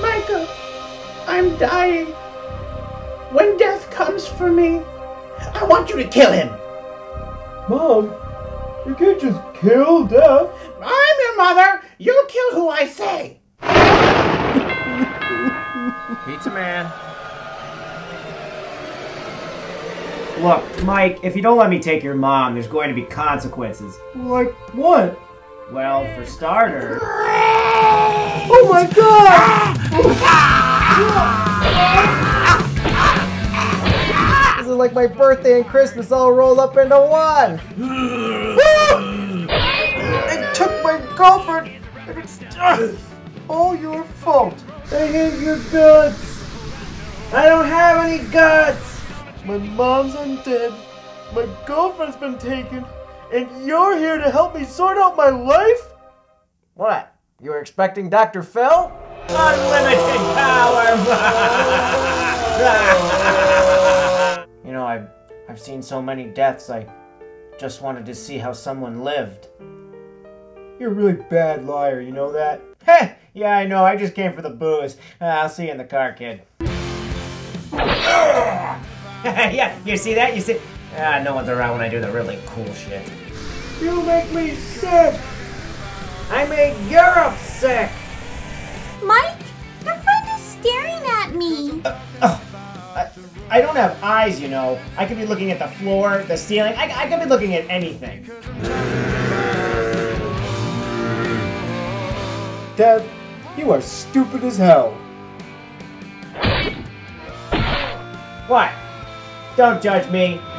Micah, I'm dying. When death comes for me, I want you to kill him. Mom, you can't just kill Death. I'm your mother. You'll kill who I say. Pizza man. Look, Mike, if you don't let me take your mom, there's going to be consequences. Like what? Well, for starter, Oh my god! This is like my birthday and Christmas all rolled up into one. They took my girlfriend and it's just all your fault. I hate your guts. I don't have any guts. My mom's undead. My girlfriend's been taken. And you're here to help me sort out my life? What? You were expecting Dr. Phil? unlimited power. You know, I've I've seen so many deaths. I just wanted to see how someone lived. You're a really bad liar, you know that? Heh, yeah, I know. I just came for the booze. Uh, I'll see you in the car, kid. yeah, you see that? You see? Ah, uh, no one's around when I do the really cool shit. You make me sick. I made Europe sick. Mike, your friend is staring at me. I don't have eyes, you know. I could be looking at the floor, the ceiling. I, I could be looking at anything. Dad, you are stupid as hell. What? Don't judge me.